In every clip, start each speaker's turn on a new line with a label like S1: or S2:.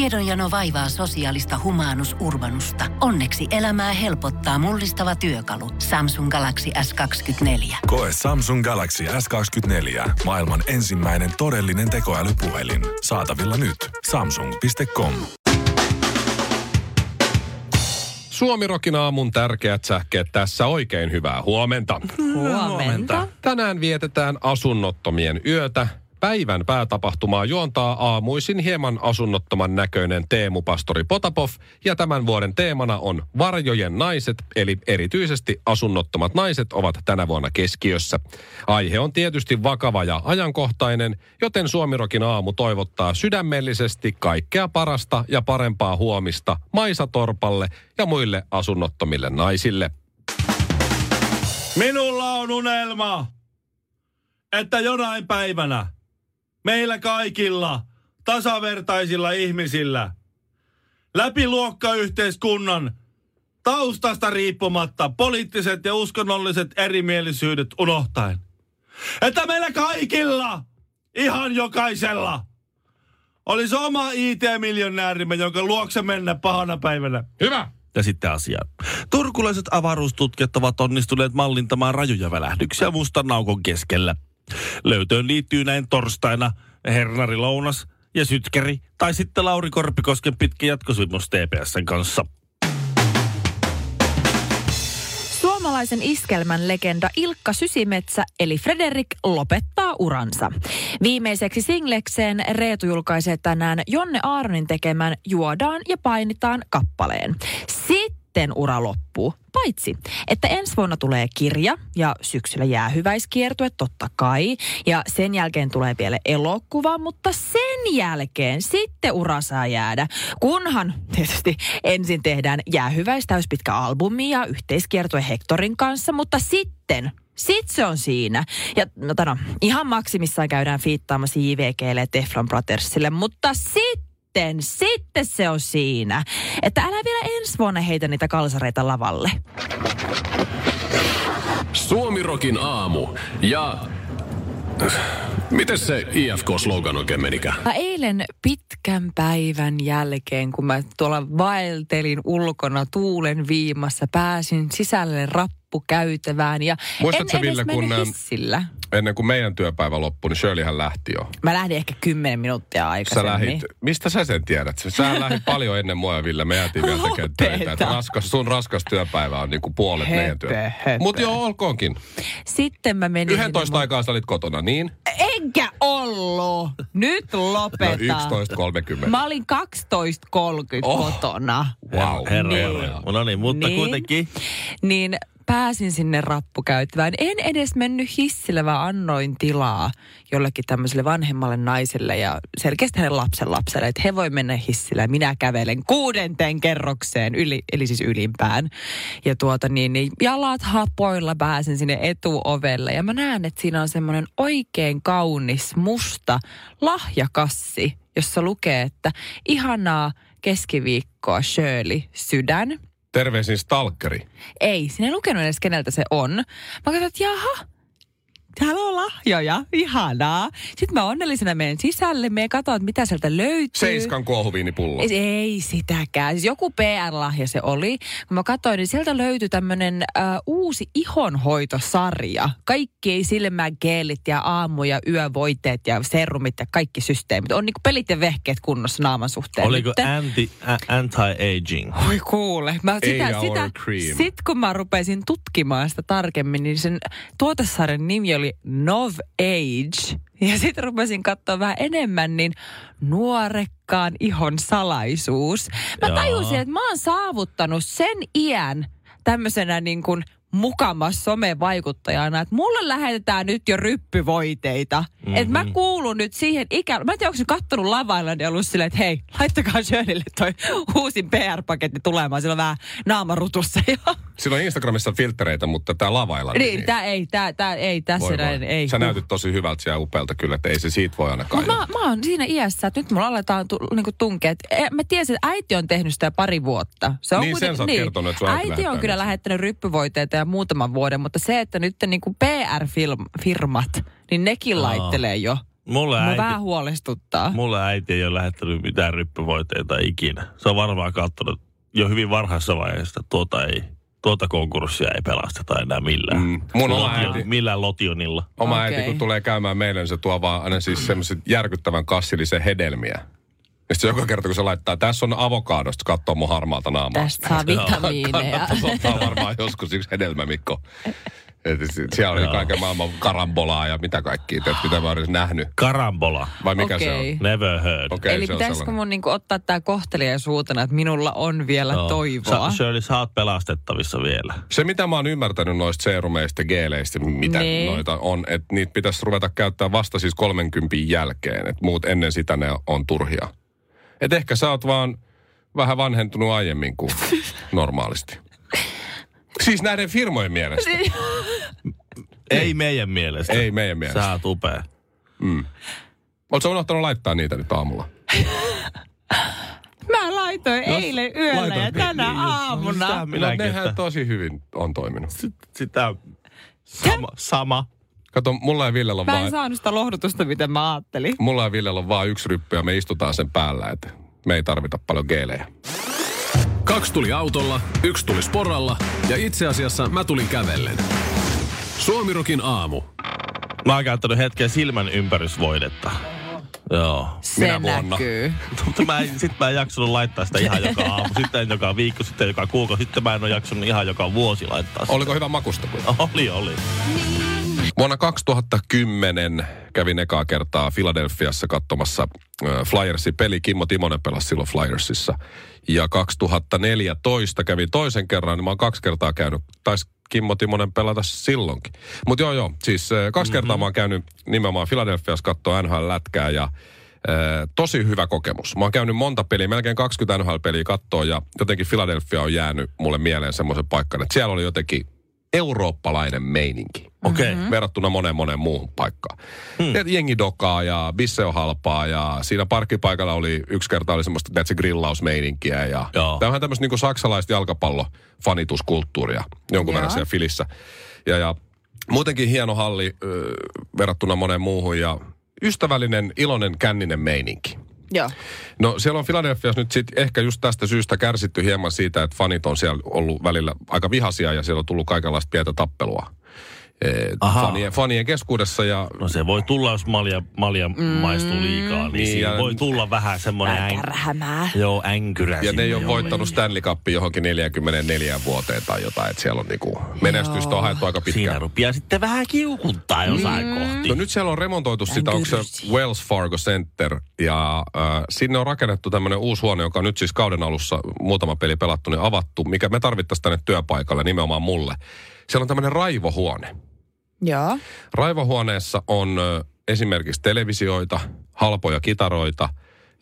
S1: Tiedonjano vaivaa sosiaalista humanus urbanusta. Onneksi elämää helpottaa mullistava työkalu. Samsung Galaxy S24.
S2: Koe Samsung Galaxy S24. Maailman ensimmäinen todellinen tekoälypuhelin. Saatavilla nyt. Samsung.com.
S3: Suomirokin aamun tärkeät sähkeet tässä oikein hyvää huomenta.
S4: Huomenta.
S3: Tänään vietetään asunnottomien yötä. Päivän päätapahtumaa juontaa aamuisin hieman asunnottoman näköinen Teemu Pastori Potapov. Ja tämän vuoden teemana on varjojen naiset, eli erityisesti asunnottomat naiset ovat tänä vuonna keskiössä. Aihe on tietysti vakava ja ajankohtainen, joten Suomirokin aamu toivottaa sydämellisesti kaikkea parasta ja parempaa huomista Maisa Torpalle ja muille asunnottomille naisille.
S5: Minulla on unelma, että jonain päivänä meillä kaikilla tasavertaisilla ihmisillä läpi luokkayhteiskunnan taustasta riippumatta poliittiset ja uskonnolliset erimielisyydet unohtaen. Että meillä kaikilla, ihan jokaisella, olisi oma IT-miljonäärimme, jonka luokse mennä pahana päivänä.
S3: Hyvä!
S5: Ja sitten asiaan. Turkulaiset avaruustutkijat ovat onnistuneet mallintamaan rajuja välähdyksiä mustan aukon keskellä. Löytöön liittyy näin torstaina Hernari Lounas ja Sytkäri tai sitten Lauri Korpikosken pitkä jatkosopimus TPSn kanssa.
S4: Suomalaisen iskelmän legenda Ilkka Sysimetsä eli Frederik lopettaa uransa. Viimeiseksi singlekseen Reetu julkaisee tänään Jonne Aaronin tekemän Juodaan ja painitaan kappaleen. Sitten ura loppuu. Paitsi, että ensi vuonna tulee kirja ja syksyllä jäähyväiskiertue totta kai. Ja sen jälkeen tulee vielä elokuva, mutta sen jälkeen sitten ura saa jäädä. Kunhan tietysti ensin tehdään jäähyväistäyspitkä albumi ja yhteiskiertue Hectorin kanssa, mutta sitten sitten se on siinä. Ja no, tai no, ihan maksimissaan käydään fiittaamassa JVGlle ja Teflon Brothersille, mutta sitten, sitten se on siinä. Että älä vielä ensi vuonna heitä niitä kalsareita lavalle.
S6: Suomirokin aamu ja... Miten se IFK-slogan oikein menikään?
S4: Mä eilen pitkän päivän jälkeen, kun mä tuolla vaeltelin ulkona tuulen viimassa, pääsin sisälle rappukäytävään ja
S3: Muistatko,
S4: en
S3: Ville,
S4: edes
S3: kun, ähm, äm,
S4: mennyt hissillä.
S3: Ennen kuin meidän työpäivä loppui, niin Shirleyhän lähti jo.
S4: Mä lähdin ehkä 10 minuuttia
S3: Sä
S4: aikaisemmin.
S3: lähit, mistä sä sen tiedät? Sä lähit paljon ennen mua ja Ville, me jäätiin vielä tekemään
S4: Lopeta.
S3: töitä. Et Raskas, sun raskas työpäivä on niinku puolet
S4: Höpö,
S3: meidän työtä.
S4: höpö.
S3: Mutta joo, olkoonkin.
S4: Niin, Sitten mä menin...
S3: 11 aikaa sä olit kotona, niin?
S4: Enkä ollu! Nyt
S3: No
S4: lopeta.
S3: 11.30.
S4: Mä olin 12.30
S3: Oh.
S4: oh. kotona.
S3: Wow.
S5: Herra,
S3: Niin.
S5: niin. No niin, mutta
S4: Niin.
S5: niin. kuitenkin.
S4: Niin pääsin sinne rappukäytävään. En edes mennyt hissillä, vaan annoin tilaa jollekin tämmöiselle vanhemmalle naiselle ja selkeästi hänen lapsen lapselle, että he voi mennä hissillä. Minä kävelen kuudenteen kerrokseen, yli, eli siis ylimpään. Ja tuota niin, niin jalat hapoilla pääsin sinne etuovelle ja mä näen, että siinä on semmoinen oikein kaunis musta lahjakassi, jossa lukee, että ihanaa keskiviikkoa Shirley Sydän.
S3: Terveisin stalkeri.
S4: Ei, sinä ei lukenut edes keneltä se on. Mä katsoin, että jaha, täällä on lahjoja, ihanaa. Sitten mä onnellisena menen sisälle, me katsoin, että mitä sieltä löytyy.
S3: Seiskan kuohuviinipullo.
S4: Ei, ei sitäkään. Siis joku PR-lahja se oli. Kun mä katsoin, niin sieltä löytyi tämmönen äh, uusi ihonhoitosarja. Kaikki silmägeelit ja aamu- ja yövoiteet ja serumit ja kaikki systeemit. On niinku pelit ja vehkeet kunnossa naaman suhteen.
S5: Oliko
S4: nytten.
S5: anti, ä, anti-aging?
S4: Voi kuule. Mä sitä,
S3: Eikä
S4: sitä,
S3: Oral Cream.
S4: sit kun mä rupesin tutkimaan sitä tarkemmin, niin sen tuotesarjan nimi oli Nov Age. Ja sitten rupesin katsoa vähän enemmän, niin nuorekkaan ihon salaisuus. Mä
S5: Joo.
S4: tajusin, että mä oon saavuttanut sen iän tämmöisenä niin kuin mukamas somevaikuttajana, että mulle lähetetään nyt jo ryppyvoiteita. Mm-hmm. Että mä
S3: Mhm.
S4: kuulun nyt siihen ikään. Mä en tiedä, onko se kattonut lavailla ja ollut silleen, että hei, laittakaa Shirleylle toi uusin PR-paketti tulemaan. Sillä on vähän naamarutussa jo.
S3: Sillä on Instagramissa filtreitä, mutta tää lavailla.
S4: niin, tää ei, tää, tää ei, tässä
S3: voi
S4: näin,
S3: voi.
S4: ei.
S3: Sä näytit tosi hyvältä ja upealta kyllä, että ei se siitä voi ainakaan.
S4: Mut mä, mä oon siinä iässä, että nyt mulla aletaan tu, niinku tunkea. Et, e, mä tiesin, että äiti on tehnyt sitä pari vuotta. Se on
S3: Niin, sen
S4: kuiten-
S3: sä oot kertonut, että sun äiti
S4: Äiti on
S3: lähettää
S4: kyllä
S3: nyt.
S4: lähettänyt ryppyvoiteita ja muutaman vuoden, mutta se, että nyt niinku PR-firmat, niin nekin laittelee jo
S5: Mulle
S4: Mua
S5: äiti,
S4: vähän huolestuttaa.
S5: mulle äiti ei ole lähettänyt mitään ryppyvoiteita ikinä. Se on varmaan katsonut jo hyvin varhaisessa vaiheessa, että tuota ei, tuota konkurssia ei pelasteta enää millään.
S3: Mm. Mun oma
S5: Lotio-
S3: äiti-
S5: Millään lotionilla.
S3: Oma okay.
S4: Okei.
S3: äiti, kun tulee käymään meille, niin se tuo vaan aina siis semmoisen järkyttävän kassillisen hedelmiä. Ja sitten joka kerta, kun se laittaa, tässä on avokaadosta, katsoo mun harmaalta naamaa.
S4: Tästä saa vitamiineja.
S3: Kannattaisi ottaa varmaan joskus yksi hedelmämikko. Et si- siellä oli kaiken maailman karambolaa ja mitä kaikkia, teet, mitä mä olisin nähnyt.
S5: Karambola.
S3: Vai mikä se on?
S4: Okei.
S5: Never heard.
S3: Okei,
S4: Eli
S3: se on
S4: pitäisikö
S3: sellainen.
S4: mun niinku ottaa tämä kohteliaisuutena, että minulla on vielä
S5: Joo.
S4: toivoa?
S5: Sä, Shirley, sä oot pelastettavissa vielä.
S3: Se, mitä mä oon ymmärtänyt noista seerumeista ja geeleistä, mitä
S4: Niin.
S3: noita on, että niitä pitäisi ruveta käyttää vasta siis 30 jälkeen. Että muut ennen sitä ne on turhia. Et ehkä sä oot vaan vähän vanhentunut aiemmin kuin normaalisti. Siis näiden firmojen mielestä.
S5: Ei, ei meidän mielestä.
S3: Ei meidän mielestä.
S5: Sä oot upea.
S3: Oletko unohtanut laittaa niitä nyt aamulla?
S4: Mä laitoin eilen yöllä ja tänä
S3: niin
S4: aamuna.
S3: No,
S5: Minäkin,
S3: nehän
S5: että
S3: tosi hyvin on toiminut.
S5: sitä sama. sama.
S3: Kato, mulla ja Villellä on
S4: Mä en
S3: vaan,
S4: saanut sitä lohdutusta, mitä mä ajattelin.
S3: mulla ja Villellä on vaan yksi ryppy ja me istutaan sen päällä, että me ei tarvita paljon geelejä.
S6: Kaksi tuli autolla, yksi tuli sporalla ja itse asiassa mä tulin kävellen. Suomirokin aamu.
S5: Mä oon käyttänyt hetken silmän ympärysvoidetta. Joo.
S4: Se
S3: vuonna.
S4: näkyy.
S5: Mutta mä en, sit mä en jaksanut laittaa sitä ihan joka aamu, sitten en joka viikko, sitten joka kuukausi, sitten mä en ole jaksanut ihan joka vuosi laittaa sitä.
S3: Oliko hyvä makusta? kuitenkin?
S5: Oli, oli.
S3: Vuonna 2010 kävin ekaa kertaa Filadelfiassa katsomassa ö, Flyersin peli. Kimmo Timonen pelasi silloin Flyersissa. Ja 2014 kävin toisen kerran, niin mä oon kaksi kertaa käynyt. Taisi Kimmo Timonen pelata silloinkin. Mutta joo joo, siis ö, kaksi mm-hmm. kertaa mä oon käynyt nimenomaan Filadelfiassa katsoa NHL-lätkää ja ö, tosi hyvä kokemus. Mä oon käynyt monta peliä, melkein 20 NHL-peliä kattoa ja jotenkin Philadelphia on jäänyt mulle mieleen semmoisen paikkaan, että siellä oli jotenkin eurooppalainen meininki
S5: Okei. Okay.
S3: mm. verrattuna moneen moneen muuhun paikkaan. Mm. Et jengi dokaa ja bisse on halpaa ja siinä parkkipaikalla oli yksi kerta oli semmoista tiedätkö, grillausmeininkiä ja
S5: Joo.
S3: tämä on vähän tämmöistä niin saksalaista jalkapallofanituskulttuuria jonkun verran siellä Filissä. Ja, ja muutenkin hieno halli ö, verrattuna moneen muuhun ja ystävällinen, iloinen, känninen meininki.
S4: Joo.
S3: No siellä on Filadelfiassa nyt sit ehkä just tästä syystä kärsitty hieman siitä, että fanit on siellä ollut välillä aika vihasia ja siellä on tullut kaikenlaista pientä tappelua. Eh,
S5: Ahaa.
S3: Fanien, fanien keskuudessa ja
S5: No se voi tulla, jos malja, malja mm, maistuu liikaa, niin,
S3: Niin,
S5: niin siinä
S3: ja-
S5: voi tulla vähän semmoinen äng,
S4: Kärhämää.
S5: joo, änkyrä
S3: Ja ne
S5: sinne
S3: ei ole
S5: jolle.
S3: voittanut Stanley Cupia johonkin 44 vuoteen tai jotain, että siellä on niinku menestystä on haettu aika
S5: Siinä
S3: pitkään.
S5: rupeaa sitten vähän kiukuntaa jossain kohti.
S3: No nyt siellä on remontoitu sitä, onko se Wells Fargo Center, ja äh, sinne on rakennettu tämmöinen uusi huone, joka on nyt siis kauden alussa muutama peli pelattu, niin avattu, mikä me tarvittaisiin tänne työpaikalle, nimenomaan mulle. Siellä on tämmöinen raivohuone.
S4: Joo.
S3: Raivohuoneessa on ö, esimerkiksi televisioita, halpoja kitaroita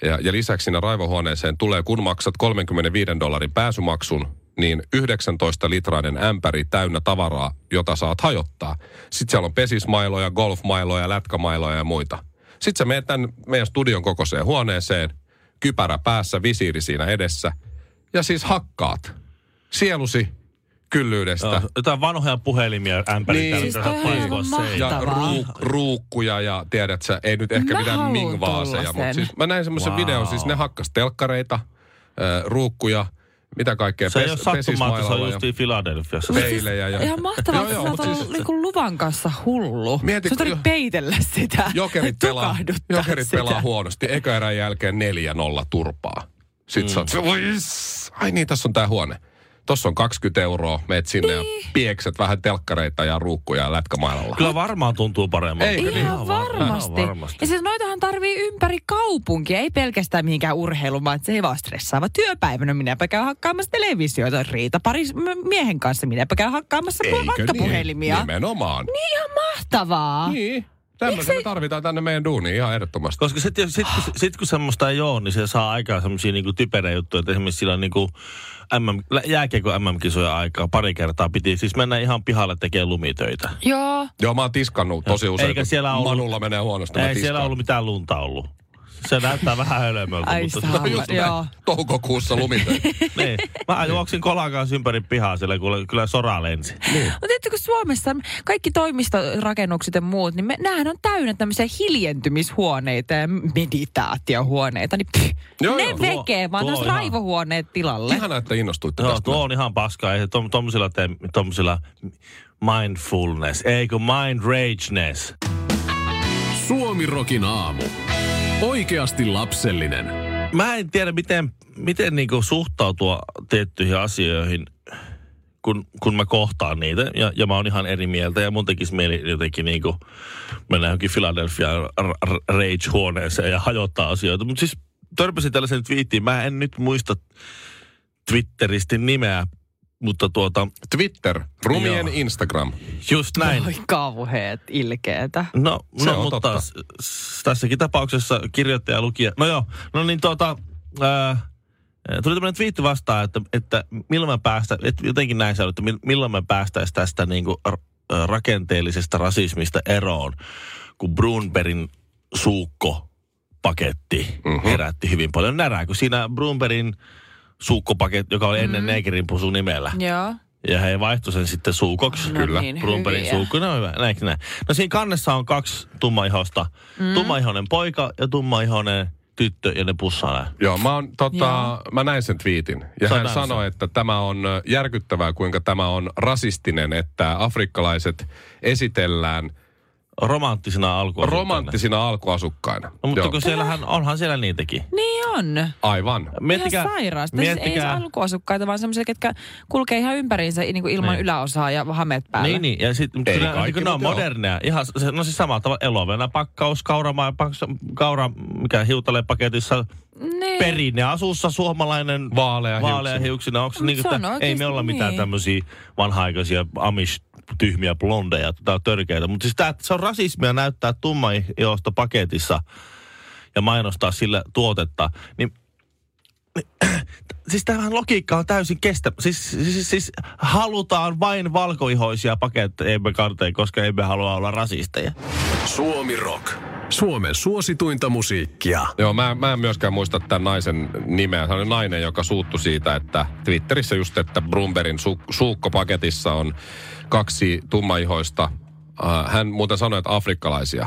S3: ja, ja lisäksi siinä raivohuoneeseen tulee, kun maksat 35 dollarin pääsymaksun, niin 19 litrainen ämpäri täynnä tavaraa, jota saat hajottaa. Sitten siellä on pesismailoja, golfmailoja, lätkämailoja ja muita. Sitten sä menet tämän meidän studion kokoiseen huoneeseen, kypärä päässä, visiiri siinä edessä ja siis hakkaat sielusi kyllyydestä.
S5: Joo, Jotain vanhoja puhelimia ämpärin
S3: Niin.
S5: niin.
S3: Siis
S5: täältä
S4: toi on
S5: paiskoa
S4: aivan
S5: seinään.
S3: ja
S4: Mahtavaa.
S3: ruuk, ruukkuja ja tiedät sä, ei nyt ehkä
S4: Mä
S3: mitään
S4: haluun
S3: mingvaaseja, mutta
S4: tollasen.
S3: siis mä näin semmoisen wow.
S5: Wow.
S3: videon, siis ne hakkas telkkareita, ö, ruukkuja, mitä kaikkea,
S5: Se ei ole sattumaa, että se on
S3: pesismailalla ja
S5: justiin Filadelfiassa.
S3: peilejä. Ja...
S4: Ihan mahtavaa,
S3: Joo,
S4: että
S3: joo,
S4: sä oot
S3: mut
S4: ollut
S3: siis-
S4: niinku luvan kanssa hullu.
S3: Mieti,
S4: Sun tarvitse
S3: kun-
S4: peitellä sitä.
S3: Jokerit pelaa,
S4: tukahduttaa
S3: jokerit
S4: sitä.
S3: pelaa huonosti, eka erän jälkeen 4-0 turpaa. Sitten mm. sä oot, se, voi jess. ai niin, tässä on tää huone. Tossa on 20 euroa, meet sinne niin. ja piekset vähän telkkareita ja ruukkuja ja lätkämailalla.
S5: Kyllä varmaan tuntuu paremmalta.
S3: Eikö
S4: Ihan, ihan varmasti.
S5: Ihan
S4: varmasti. Ja siis noitahan tarvii ympäri kaupunkia, ei pelkästään mihinkään urheiluun, vaan että se ei vaan stressaava työpäivänä. Minäpä käyn hakkaamassa televisioita, riita paris m- miehen kanssa. Minäpä käyn hakkaamassa
S3: Eikö
S4: vattapuhelimia.
S3: Niin? Nimenomaan. Niin.
S4: Ihan mahtavaa.
S3: Niin. Tämmöisen me tarvitaan tänne meidän duuniin ihan ehdottomasti.
S5: Koska sitten sit, kun- sit, kun semmoista ei ole, niin se saa aikaan semmoisia niinku typerä juttuja. Että esimerkiksi sillä niinku MM, lä- jääkiekko MM-kisojen aikaa pari kertaa piti siis mennä ihan pihalle tekemään lumitöitä.
S4: Joo.
S3: Joo, mä oon tiskannut tosi usein,
S5: Eikä
S3: kun
S5: siellä ollut-
S3: Manulla menee huonosti, mä
S5: Ei
S3: tiskaan.
S5: siellä ollut mitään lunta ollut. Se näyttää vähän hölmöltä,
S4: Ai
S5: mutta...
S4: saa.
S3: No just näin.
S4: Joo.
S3: Toukokuussa lumitöitä.
S5: niin. Mä juoksin kolan kanssa ympäri pihaa siellä, kun kyllä sora lensi.
S4: Mutta tietysti kun No Suomessa kaikki toimistorakennukset ja muut, niin me, näähän on täynnä tämmöisiä hiljentymishuoneita ja meditaatiohuoneita, niin pff,
S3: Joo,
S4: joo, ne
S3: joo.
S4: joo.
S5: Tuo-
S4: vekee, vaan
S5: tuo
S4: tuossa
S5: ihan-
S4: raivohuoneet tilalle.
S3: Ihana, että innostuitte
S5: Joo,
S3: tästä.
S5: tuo on ihan paskaa. Ei se tom, tommosilla tee, tommosilla mindfulness, ei kun mind rageness.
S6: Suomirokin aamu. Oikeasti lapsellinen.
S5: Mä en tiedä, miten, miten niinku suhtautua tiettyihin asioihin, kun, kun mä kohtaan niitä. Ja, ja mä oon ihan eri mieltä ja mun tekisi mieli jotenkin niinku mennä johonkin Philadelphia r- r- rage-huoneeseen ja hajottaa asioita. Mutta siis törmäsin tällaisen twiittiin. Mä en nyt muista Twitteristin nimeä, mutta tuota,
S3: Twitter, rumien
S5: Joo.
S3: Instagram.
S5: just näin.
S4: Oi kauheet, ilkeetä.
S5: No,
S3: Se
S5: no
S3: on
S5: mutta
S3: totta.
S5: s- s- tässäkin tapauksessa kirjoittaja lukija. No joo, no niin tuota, ää, tuli tämmöinen twiitti vastaan, että, että milloin me päästä, että jotenkin näin sanoi, että mil- milloin me päästäisiin tästä niinku r- ä, rakenteellisesta rasismista eroon, kun Brunbergin suukko paketti mm-hmm. herätti hyvin paljon närää, kun siinä Brunbergin suukkopaketti, joka oli ennen mm-hmm. Negerin pusu nimellä,
S4: Joo.
S5: ja he vaihtoi sen sitten suukoksi.
S4: No Kyllä. niin,
S5: Brumperin
S4: hyviä.
S5: suukku. No hyvä, näinkö näin. No siinä kannessa on kaksi tummaihosta. Mm. Tummaihoinen poika ja tummaihoinen tyttö ja ne pussaa näin.
S3: Joo, mä, oon, tota,
S4: Joo.
S3: mä näin sen twiitin. Ja
S5: Sä
S3: hän
S5: näin sen.
S3: sanoi, että tämä on ö, järkyttävää, kuinka tämä on rasistinen, että afrikkalaiset esitellään
S5: Romanttisena alkuun.
S3: romanttisina alkuasukkaina.
S5: No, mutta
S3: Joo.
S5: kun siellähän, onhan siellä niitäkin.
S4: Niin on.
S3: Aivan.
S5: Miettikää,
S4: ihan sairaasta. Miettikää. Siis ei
S5: miettikää.
S4: alkuasukkaita, vaan semmoisia, ketkä kulkee ihan ympäriinsä niin kuin ilman
S5: Niin.
S4: niin. yläosaa ja hameet päällä.
S5: Niin, niin. Ja sitten
S3: Ei
S5: kyllä,
S3: kaikki,
S5: kun ne on
S3: mutta joo.
S5: moderneja. Ihan, se- no siis samalla tavalla elovena pakkaus, kauramaa, pakkaus, kaura, mikä hiutaleen paketissa,
S4: niin.
S5: perinneasussa suomalainen
S3: Vaalea
S5: vaalea
S3: hiuksinen.
S5: hiuksinen. Onko se
S4: Mut
S5: niin,
S4: se on
S5: että ei
S4: oikeesti
S5: me olla mitään
S4: niin.
S5: tämmöisiä vanha-aikaisia amish tyhmiä blondeja, tämä on törkeitä. Mutta siis tää, se on rasismia näyttää tummaihosta paketissa ja mainostaa sillä tuotetta. Niin, niin, siis tämähän logiikka on täysin kestä. Siis, siis, siis, siis halutaan vain valkoihoisia paketteja emme karteja, koska emme halua olla rasisteja.
S6: Suomi Rock. Suomen suosituinta musiikkia.
S3: Joo, mä, mä en myöskään muista tämän naisen nimeä. Hän oli nainen, joka suuttu siitä, että Twitterissä just, että Brumberin su, suukkopaketissa on kaksi tummaihoista. Äh, Hän muuten sanoi, että afrikkalaisia,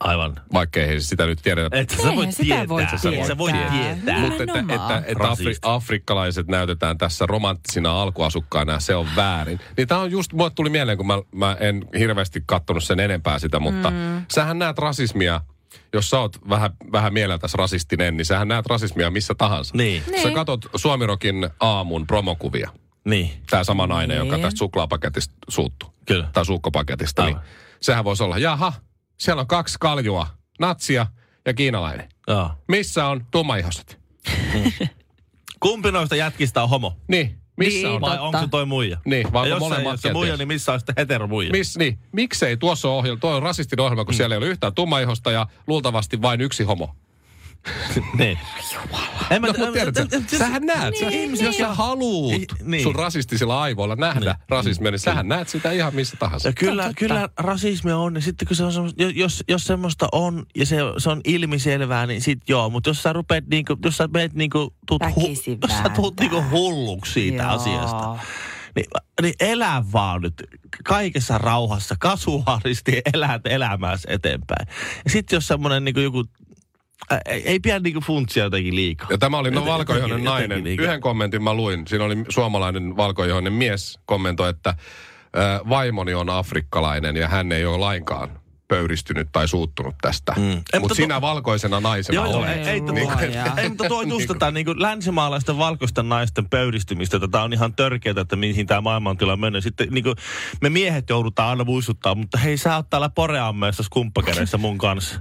S5: Aivan.
S3: vaikkei he sitä nyt tiedetä.
S5: Et sä,
S4: Eihän
S5: voi
S4: sitä
S5: tietää.
S4: voi
S5: Sä voit- Sä voi
S4: tietää.
S5: tietää.
S3: Mutta että, että, että afri,
S5: Rasisti.
S3: afrikkalaiset näytetään tässä romanttisina alkuasukkaina ja se on väärin. Niin tämä on just, mulle tuli mieleen, kun mä, mä en hirveästi kattonut sen enempää sitä, mutta mm. sähän näet rasismia, jos sä oot vähän, vähän mieleltäs rasistinen, niin sähän näet rasismia missä tahansa.
S5: Niin.
S3: Sä
S4: Niin.
S3: katot Suomirokin aamun promokuvia.
S5: Niin.
S3: Tämä sama nainen,
S4: Niin.
S3: joka tästä suklaapaketista suuttu.
S5: Kyllä.
S3: Tai suukkopaketista. Niin
S5: Aivan.
S3: sehän voisi olla, jaha, siellä on kaksi kaljua, natsia ja kiinalainen.
S5: Joo.
S3: Missä on tummaihoset?
S5: Kumpi noista jätkistä on homo?
S3: Niin, missä
S4: Niin.
S3: on?
S5: Vai
S4: Totta.
S5: onko se toi muija?
S3: Niin, vai
S5: Ja
S3: onko
S5: jos
S3: molemmat
S5: se, jos se
S3: kenties?
S5: muija, niin missä on sitten heteromuija?
S3: Mis, niin, miksei tuossa ole ohjelma, tuo on rasistinen ohjelma, kun mm. siellä ei ole yhtään tummaihosta ja luultavasti vain yksi homo.
S5: niin. En mä,
S3: No,
S5: en-
S3: mutta tiedätkö,
S5: en- en-
S3: sähän näet
S5: niin,
S3: sen.
S5: niin,
S3: jos sä haluut
S5: Niin.
S3: niin. sun rasistisilla aivoilla nähdä niin. rasismia, niin sähän näet sitä ihan missä tahansa.
S5: Ja kyllä, kyllä rasismia on, niin sitten kun se on semmoista, jo- jos, jos semmoista on ja se, se on ilmiselvää, niin sit joo, mutta jos sä rupeat niinku, jos sä meet niinku, tuut,
S4: Väkisin
S5: jos sä tuut
S4: vääntää.
S5: niinku hulluksi siitä
S4: Joo.
S5: asiasta, niin, niin elä vaan nyt kaikessa rauhassa, kasuaalisti elät elämässä eteenpäin. Ja sitten jos semmoinen niinku joku, ä, ei, ei pidä niinku funtsia jotenkin liikaa.
S3: Ja tämä oli no
S5: Jotenkin-
S3: valkoihoinen
S5: jotenkin-
S3: nainen.
S5: jotenkin liikaa.
S3: Yhden kommentin mä luin. Siinä oli suomalainen valkoihoinen mies kommentoi, että ö, vaimoni on afrikkalainen ja hän ei ole lainkaan pöyristynyt tai suuttunut tästä. Mm.
S5: Ei, mutta
S3: Mutta
S5: to-
S3: sinä valkoisena naisena
S5: Joo, joo,
S3: olet.
S5: ei, ei, tätä-
S4: Niin kuin-
S5: ei, mutta tuo just tätä niin kuin länsimaalaisten valkoisten naisten pöyristymistä. Tätä on ihan törkeää, että mihin tämä maailmantila on mennyt. Sitten niin kuin, me miehet joudutaan aina muistuttaa, mutta hei, sä oot täällä Poreammeessa skumppakädessä mun kanssa.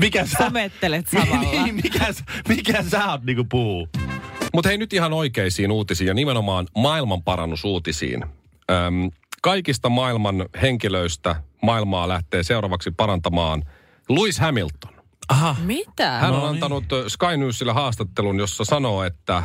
S5: Mikä sä?
S4: Somettelet samalla.
S5: Niin, mikä, sä- mikä sä oot niinku puu?
S3: Mutta hei nyt ihan oikeisiin uutisiin ja nimenomaan maailmanparannusuutisiin. Öm, kaikista maailman henkilöistä maailmaa lähtee seuraavaksi parantamaan Lewis Hamilton.
S5: Aha.
S4: Mitä?
S3: Hän on antanut ö, Sky Newsille haastattelun, jossa sanoo, että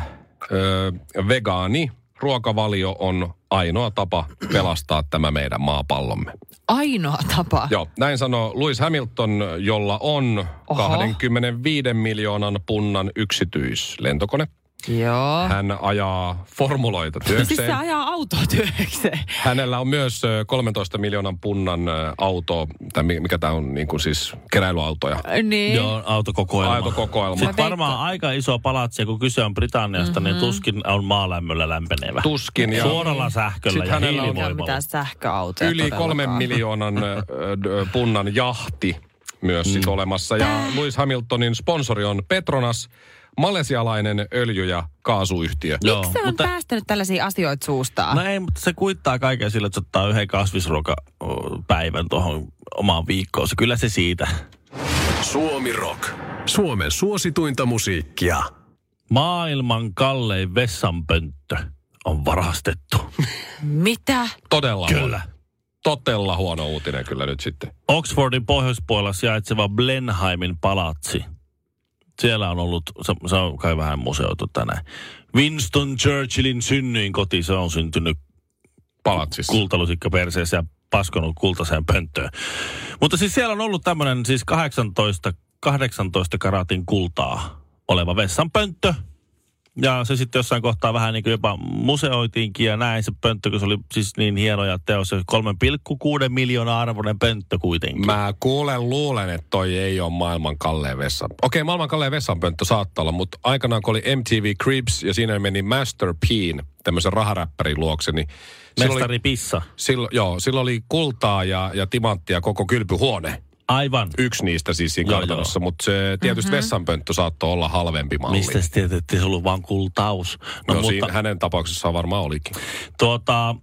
S3: ö, vegaani ruokavalio on ainoa tapa pelastaa tämä meidän maapallomme.
S4: Ainoa tapa.
S3: Joo, näin sanoo Lewis Hamilton, jolla on
S4: Oho.
S3: Oho. 25 miljoonan punnan yksityislentokone.
S4: Joo.
S3: Hän ajaa formuloita
S4: Siis
S3: työkseen.
S4: se ajaa autoa työkseen.
S3: Hänellä on myös ö, 13 miljoonan punnan ö, auto, tai mi- mikä tämä on niin kuin siis keräilyautoja.
S4: Niin.
S5: Joo, autokokoelma.
S3: Autokokoelma.
S5: Sitten
S4: Mä
S5: varmaan aika iso palatsi, kun kyse on Britanniasta, mm-hmm. niin tuskin on maalämmöllä lämpenevä.
S3: Tuskin. Ja
S5: Suoralla sähköllä
S3: Sitten
S5: ja
S3: hänellä on-
S4: Ei ole
S5: hiilivoimalla.
S4: mitään sähköautoja
S3: yli kolmen
S4: todellakaan.
S3: miljoonan ö, ö, punnan jahti myös sit olemassa. Ja Lewis Hamiltonin sponsori on Petronas, malesialainen öljy- ja kaasuyhtiö.
S5: Joo,
S4: Miksi se on
S5: mutta-
S4: päästänyt tällaisia asioita suustaan?
S5: No ei, mutta se kuittaa kaiken sillä, että se ottaa yhden kasvisruokapäivän tuohon omaan viikkoon. Kyllä se siitä.
S6: Suomi Rock. Suomen suosituinta musiikkia.
S5: Maailman kallein vessanpönttö on varastettu.
S4: Mitä?
S3: Todella huono. Todella huono uutinen kyllä nyt sitten.
S5: Oxfordin pohjoispuolella sijaitseva Blenheimin palatsi. Siellä on ollut, se, se on kai vähän museoitu tänään. Winston Churchillin synnyin koti, se on syntynyt
S3: Palatsissa.
S5: kultalusikka perseessä ja paskonut kultaiseen pönttöön. Mutta siis siellä on ollut tämmöinen siis 18, 18 karatin kultaa oleva vessanpönttö. Ja se sitten jossain kohtaa vähän niin kuin jopa museoitiinkin ja näin se pönttö, kun se oli siis niin hieno ja teos. Se 3,6 miljoonaa arvoinen pönttö kuitenkin.
S3: Mä kuulen, luulen, että toi ei ole maailman kallein vessan. Okei, maailman kallein vessanpönttö saattaa olla, mutta aikanaan kun oli MTV Cribs ja siinä meni Master Peen, tämmöisen raharäppärin luokse, niin silloin oli,
S5: Mestari Pissa.
S3: silloin, joo, silloin oli kultaa ja, ja timanttia koko kylpyhuone.
S5: Aivan.
S3: Yksi niistä siis siinä
S5: Joo,
S3: kartanossa, mutta se tietysti mm-hmm. vessanpönttö saattoi olla halvempi malli.
S5: Mistä sä tiedät, että se on ollut vaan kultaus?
S3: No, no siinä, hänen tapauksessaan varmaan olikin.
S5: tuota,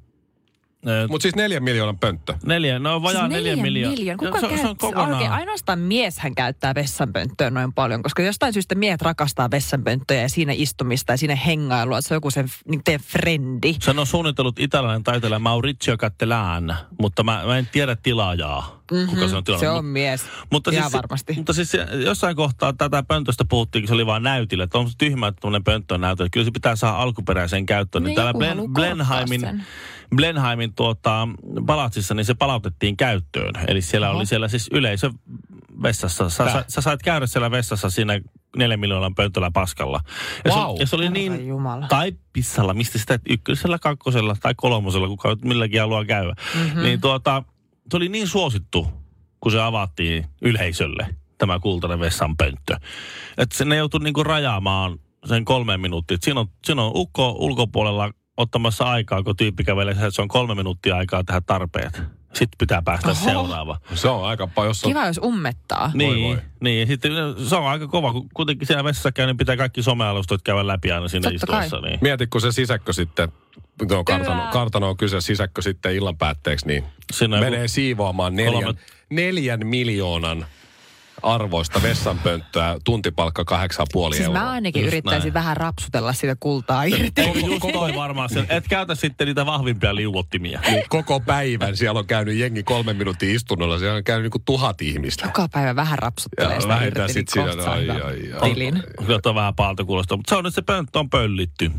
S5: ö,
S3: Mutta siis neljän miljoonan pönttö.
S5: neljä, no vajaa
S4: Siis
S5: neljä,
S4: neljä
S5: miljoonaa.
S4: miljoonaa.
S5: Joo,
S4: Kuka
S5: se, se on kokonaan.
S4: Oikein, ainoastaan mieshän käyttää vessanpönttöä noin paljon, koska jostain syystä miehet rakastaa vessanpönttöjä ja siinä istumista ja siinä hengailua. että Se on joku sen f- niin teidän frendi.
S5: Sen on suunnitellut italialainen taiteilija Maurizio Cattelan, mutta mä, mä en tiedä tilaajaa, mm-hmm. kuka se on
S4: Mhm. Se
S5: tilannut.
S4: on mies.
S5: mutta
S4: Ihan
S5: siis,
S4: varmasti.
S5: Mutta siis se- jossain kohtaa tätä pöntöstä puhuttiin, kun se oli vaan näytillä. Että on se tyhmä, että tuommoinen pönttö on näytillä. Kyllä se pitää saada alkuperäiseen käyttöön.
S4: Niin joku haluaa korottaa
S5: Blenheimin,
S4: sen.
S5: Blenheimin tuota, palatsissa, niin se palautettiin käyttöön. Eli siellä Oho. oli siellä siis yleisö vessassa. Sä, sä, sä, sait käydä siellä vessassa siinä neljän miljoonan pöntöllä paskalla. Ja,
S3: Vau.
S5: se, ja se oli niin,
S4: Herran Jumala.
S5: tai pissalla, mistä sitä ykkösellä, kakkosella tai kolmosella, kuka nyt milläkin haluaa käydä. Mm-hmm. Niin tuota, se oli niin suosittu, kun se avattiin yleisölle, tämä kultainen vessanpönttö. Että se- ne joutui niinku rajaamaan sen kolme minuuttia. Et Siinä on, siinä on ukko ulkopuolella ottamassa aikaa, kun tyyppi kävelee, sisälle, että se on kolme minuuttia aikaa tehdä tarpeet. Sitten pitää päästä Oho. seuraava.
S3: Se on aika paljon, jos on
S4: Kiva, jos ummettaa.
S5: Niin,
S3: voi.
S5: niin, ja sitten se on aika kova, kun kuitenkin siellä vessassa käy, niin pitää kaikki somealustat käydä läpi aina siinä
S4: Totta kai.
S5: istuessa. Niin.
S3: Mieti, kun se sisäkkö sitten, tuo kartano,
S4: Hyvä.
S3: kartano on kyse sisäkkö sitten illan päätteeksi, niin
S5: Siinä on joku-
S3: menee siivoamaan neljän,
S5: kolme-
S3: neljän miljoonan arvoista vessanpönttöä, tuntipalkka 8,5
S4: Siis
S3: euroa.
S4: mä ainakin
S5: Just
S4: yrittäisin
S5: näin.
S4: vähän rapsutella sitä kultaa irti.
S5: Koko, koko varmaan sen. Et käytä sitten niitä vahvimpia liuottimia.
S3: Niin koko päivän siellä on käynyt jengi kolmen minuutin istunnolla, siellä on käynyt niinku tuhat ihmistä.
S4: Joka päivä vähän rapsuttelee sitä
S3: vähintään
S4: irti,
S3: sit
S4: niin
S3: siinä,
S4: kohta
S3: ai,
S4: saadaan
S3: ai, ai.
S4: tilin.
S5: Jota on vähän paalta kuulostaa. Mutta se on nyt se pönttö on pöllitty.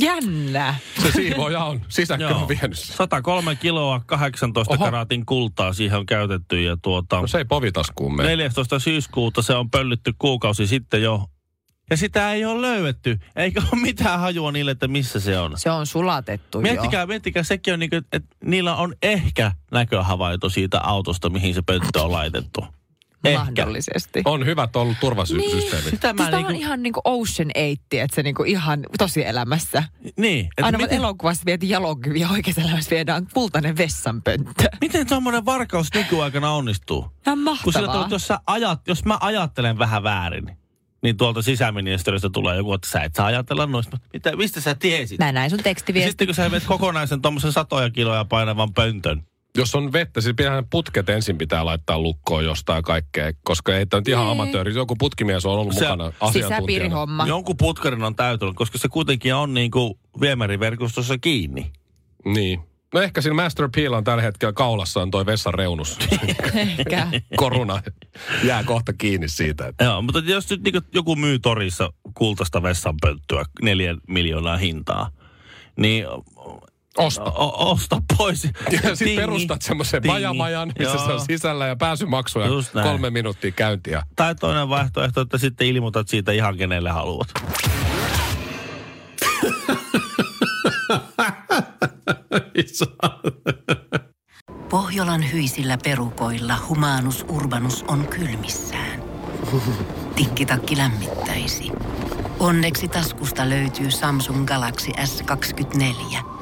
S4: Jännä.
S3: Se siivoja on, sisäkkö on vienyt sen.
S5: 103 kiloa, 18
S3: Oho.
S5: Oho. karatin kultaa siihen on käytetty. Ja tuota,
S3: No se ei povitaskuun mene.
S5: 14. syyskuuta se on pöllitty kuukausi sitten jo. Ja sitä ei ole löydetty. Eikä ole mitään hajua niille, että missä se on.
S4: Se on sulatettu jo.
S5: Miettikää, miettikää, sekin on niinku, että niillä on ehkä näköhavainto siitä autosta, mihin se pönttö on laitettu. Ehkä.
S4: Mahdollisesti.
S3: On hyvät ollut turvasysteemit. Niin.
S5: Sitä
S4: Siis
S5: mä
S4: Tämä on
S5: niinku,
S4: ihan niinku Ocean 8, että se niinku ihan tosielämässä.
S5: niin, että
S4: Aina
S5: miten-
S4: miten... elokuvassa vietiin jalokyviä, oikeassa elämässä viedään kultainen vessanpönttö.
S5: Miten tuommoinen varkaus nykyaikana onnistuu?
S4: Tämä on
S5: Kun sillä
S4: mahtavaa.
S5: tuolta, jos, sä ajat, jos mä ajattelen vähän väärin, niin tuolta sisäministeriöstä tulee joku, että sä et saa ajatella noista. Mitä, mistä sä tiesit?
S4: Mä näin sun
S5: Ja
S4: tekstiviesti.
S5: sitten kun sä menet kokonaisen tuommoisen satoja kiloja painavan pöntön.
S3: Jos on vettä, siis pitää putket ensin pitää laittaa lukkoon jostain kaikkea, koska ei tämä nyt
S4: Niin.
S3: ihan amatööri. Joku putkimies on ollut
S5: Se-
S3: mukana asiantuntijana.
S4: Sisäpiirihomma.
S5: niin Jonkun putkarin on täytynyt, koska se kuitenkin on niin kuin viemäriverkostossa kiinni.
S3: Niin. No ehkä siinä Master Peel on tällä hetkellä kaulassa on toi vessan reunus.
S4: Ehkä.
S3: Koruna jää kohta kiinni siitä.
S5: Joo, mutta jos niinku nyt niin joku myy torissa kultaista vessanpönttöä neljän miljoonaa hintaa, niin
S3: Osta.
S5: o- osta pois.
S3: Ja sitten
S5: Tingi,
S3: perustat semmoisen
S5: tingi.
S3: pajamajan, missä
S5: Joo.
S3: se on sisällä ja pääsymaksuja
S5: Just näin.
S3: kolme minuuttia käyntiä.
S5: Tai toinen vaihtoehto, että sitten ilmoitat siitä ihan kenelle haluat.
S1: Pohjolan hyisillä perukoilla humanus urbanus on kylmissään. Tikkitakki lämmittäisi. Onneksi taskusta löytyy Samsung Galaxy S24.